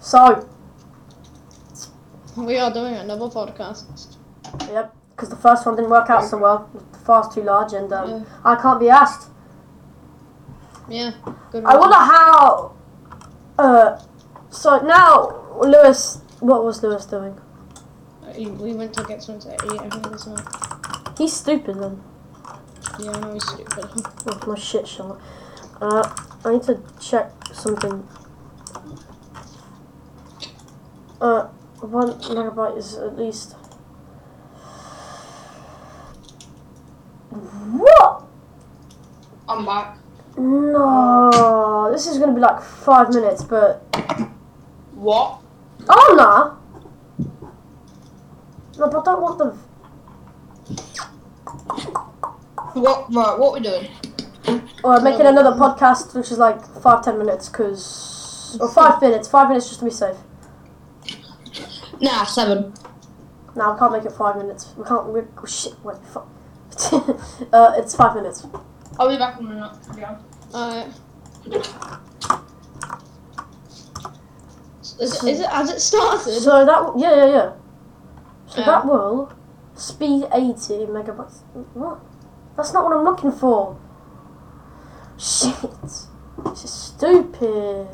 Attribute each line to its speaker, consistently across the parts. Speaker 1: So,
Speaker 2: We are doing another podcast.
Speaker 1: yep, because the first one didn't work out so well. The far's too large, and um, I can't be asked.
Speaker 2: Yeah. Good
Speaker 1: I
Speaker 2: one.
Speaker 1: wonder how. Uh, so now Lewis, what was Lewis doing?
Speaker 2: Uh, We went to get something to eat. I think this one.
Speaker 1: He's stupid then.
Speaker 2: Yeah, I know he's stupid.
Speaker 1: Oh, no shit, Sean. Uh, I need to check something. Uh, one megabyte is at least. What?
Speaker 3: I'm back.
Speaker 1: No, this is gonna be like five minutes, but
Speaker 3: What?
Speaker 1: oh no. No, but I don't want the.
Speaker 3: What? Right, what we doing?
Speaker 1: Or making another podcast, which is like five ten minutes, cause or five minutes, five minutes just to be safe.
Speaker 3: Nah, seven.
Speaker 1: No, we can't make it five minutes. We can't. We, oh, shit. Wait. Fuck. uh, it's five minutes.
Speaker 3: I'll be back in a minute. Yeah.
Speaker 2: Alright. Is, is it as it started?
Speaker 1: So that yeah yeah yeah. So
Speaker 2: Yeah.
Speaker 1: that will speed eighty megabytes. What? That's not what I'm looking for. Shit. This is stupid.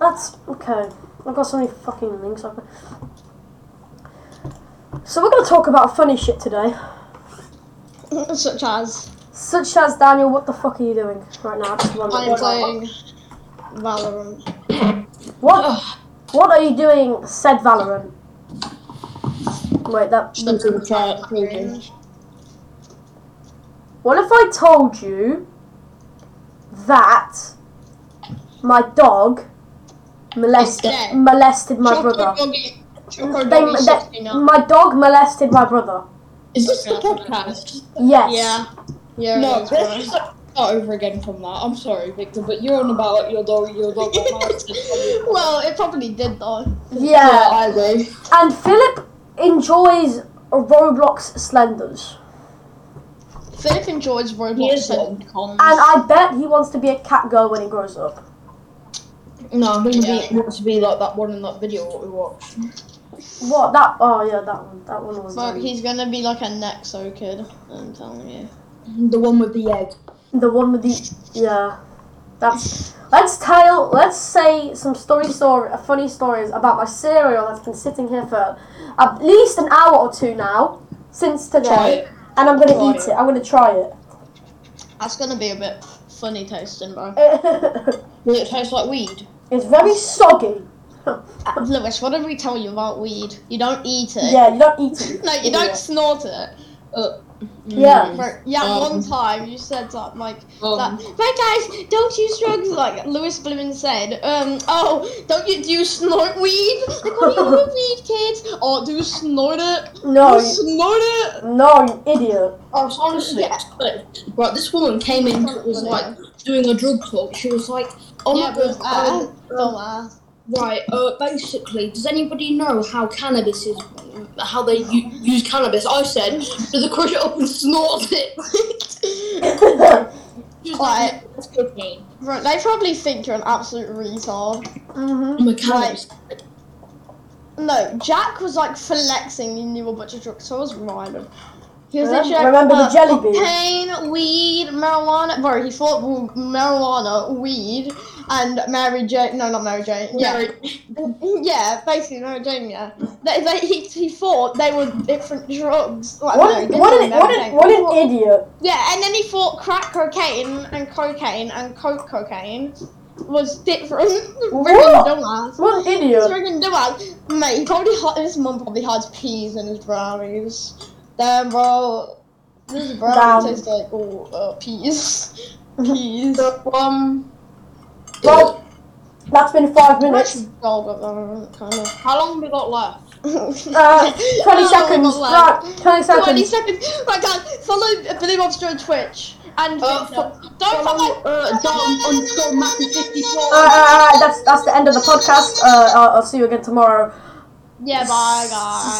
Speaker 1: That's okay. I've got so many fucking links. I can- So we're gonna talk about funny shit today.
Speaker 2: Such as
Speaker 1: Such as Daniel, what the fuck are you doing right now? Just one
Speaker 2: I'm
Speaker 1: minute.
Speaker 2: playing Valorant.
Speaker 1: What? What are you doing? Said Valorant. Wait, that.
Speaker 3: Just to try it. please.
Speaker 1: What if I told you that my dog molested
Speaker 3: Is dead.
Speaker 1: molested my brother?
Speaker 3: Doggy. Choco
Speaker 1: They,
Speaker 3: Doggy
Speaker 1: they,
Speaker 3: 69.
Speaker 1: my dog molested my brother.
Speaker 3: Is this the
Speaker 2: uh,
Speaker 3: podcast?
Speaker 1: Yes.
Speaker 2: Yeah. Yeah.
Speaker 3: No,
Speaker 2: it's
Speaker 3: let's
Speaker 2: alright.
Speaker 3: just like, start over again from that. I'm sorry, Victor, but you're on about like, your dog, your dog. got molested.
Speaker 2: well, it probably did though.
Speaker 1: Yeah.
Speaker 3: I do.
Speaker 1: And Philip enjoys Roblox Slenders.
Speaker 2: Philip enjoys
Speaker 3: He is
Speaker 2: Roblox and comms.
Speaker 1: And I bet he wants to be a cat girl when he grows up.
Speaker 3: No, doesn't
Speaker 2: Yeah.
Speaker 3: be, wants to be like that one in that video what we watched.
Speaker 1: What? That. Oh, yeah, that one. That one was.
Speaker 2: But
Speaker 1: um,
Speaker 2: he's gonna be like a Nexo kid. I'm telling you.
Speaker 3: The one with the egg.
Speaker 1: The one with the yeah. That's let's tell let's say some story story uh, funny stories about my cereal that's been sitting here for at least an hour or two now since today,
Speaker 3: Try it.
Speaker 1: and I'm gonna
Speaker 2: Try
Speaker 1: eat
Speaker 2: it.
Speaker 1: it. I'm gonna try it.
Speaker 2: That's gonna be a bit funny tasting, bro.
Speaker 3: Does it taste like weed?
Speaker 1: it's very soggy.
Speaker 2: Lewis, what did we tell you about weed? You don't eat it.
Speaker 1: Uh, Yeah, you don't eat it.
Speaker 2: No, you don't snort it.
Speaker 1: Yeah.
Speaker 2: Bro, yeah,
Speaker 3: Um,
Speaker 2: one time you said something like
Speaker 3: Um,
Speaker 2: that. Right, guys, don't use drugs. Like Lewis Bloomin said. Um, oh, don't you do you snort weed? Like, what do you do weed, kids? Oh, do you snort it?
Speaker 1: No,
Speaker 2: you
Speaker 1: you,
Speaker 2: snort it.
Speaker 1: no, you idiot.
Speaker 3: I was honestly
Speaker 2: Yeah.
Speaker 3: expect- Right, this woman came in was like doing a drug talk. She was like, "Oh my
Speaker 2: yeah, but
Speaker 3: god,
Speaker 2: uh,
Speaker 3: um,
Speaker 2: don't ask.
Speaker 3: right." Uh, basically, does anybody know how cannabis is? How they u- use cannabis? I said, "Does it crush it up and snort it?"
Speaker 2: Mm-hmm.
Speaker 3: She was like, "No, "That's cocaine."
Speaker 2: Right, they probably think you're an absolute retard.
Speaker 1: hmm
Speaker 3: I'm a cannabis.
Speaker 2: No, Jack was like flexing. He knew a bunch of drugs, so I was riding. He was
Speaker 1: Remember-
Speaker 2: literally like,
Speaker 1: remember the
Speaker 2: uh,
Speaker 1: jelly bean?
Speaker 2: Cocaine, weed, marijuana. Bro, he thought well, marijuana, weed, and Mary Jane. No, not Mary Jane. Yeah, yeah, basically Mary Jane. Yeah, they, they, he, he thought they were different drugs. Like, no, he
Speaker 1: What,
Speaker 2: didn't
Speaker 1: what,
Speaker 2: know
Speaker 1: an,
Speaker 2: Mary
Speaker 1: what, an,
Speaker 2: Jane.
Speaker 1: what
Speaker 2: He thought-
Speaker 1: an idiot.
Speaker 2: yeah, and then he thought crack cocaine and cocaine and coke cocaine was different.
Speaker 1: What?
Speaker 2: Friggin' dumbass.
Speaker 1: What an
Speaker 2: He's
Speaker 1: idiot.
Speaker 2: freaking dumbass. Mate, he probably hi- his mum probably hides peas in his brownies. Damn, bro. This brownie
Speaker 1: Damn.
Speaker 2: tastes like oh, uh, peas. Peas.
Speaker 3: Um,
Speaker 1: Well, that's been five minutes.
Speaker 2: Actually, dog at the moment, um, kind of.
Speaker 3: how long we got left?
Speaker 1: Uh, 20
Speaker 2: Oh,
Speaker 1: seconds.
Speaker 2: not loud.
Speaker 1: Right, 20
Speaker 2: 20
Speaker 1: seconds.
Speaker 2: seconds. Right, guys, follow Billy Bobster on Twitch. And
Speaker 3: Uh,
Speaker 2: Victor. don't follow. Uh,
Speaker 3: uh, Dom underscore Matthew fifty four.
Speaker 1: Alright, Uh, alright, alright, that's that's the end of the podcast. Uh, I'll, I'll see you again tomorrow.
Speaker 2: Yeah, bye, guys.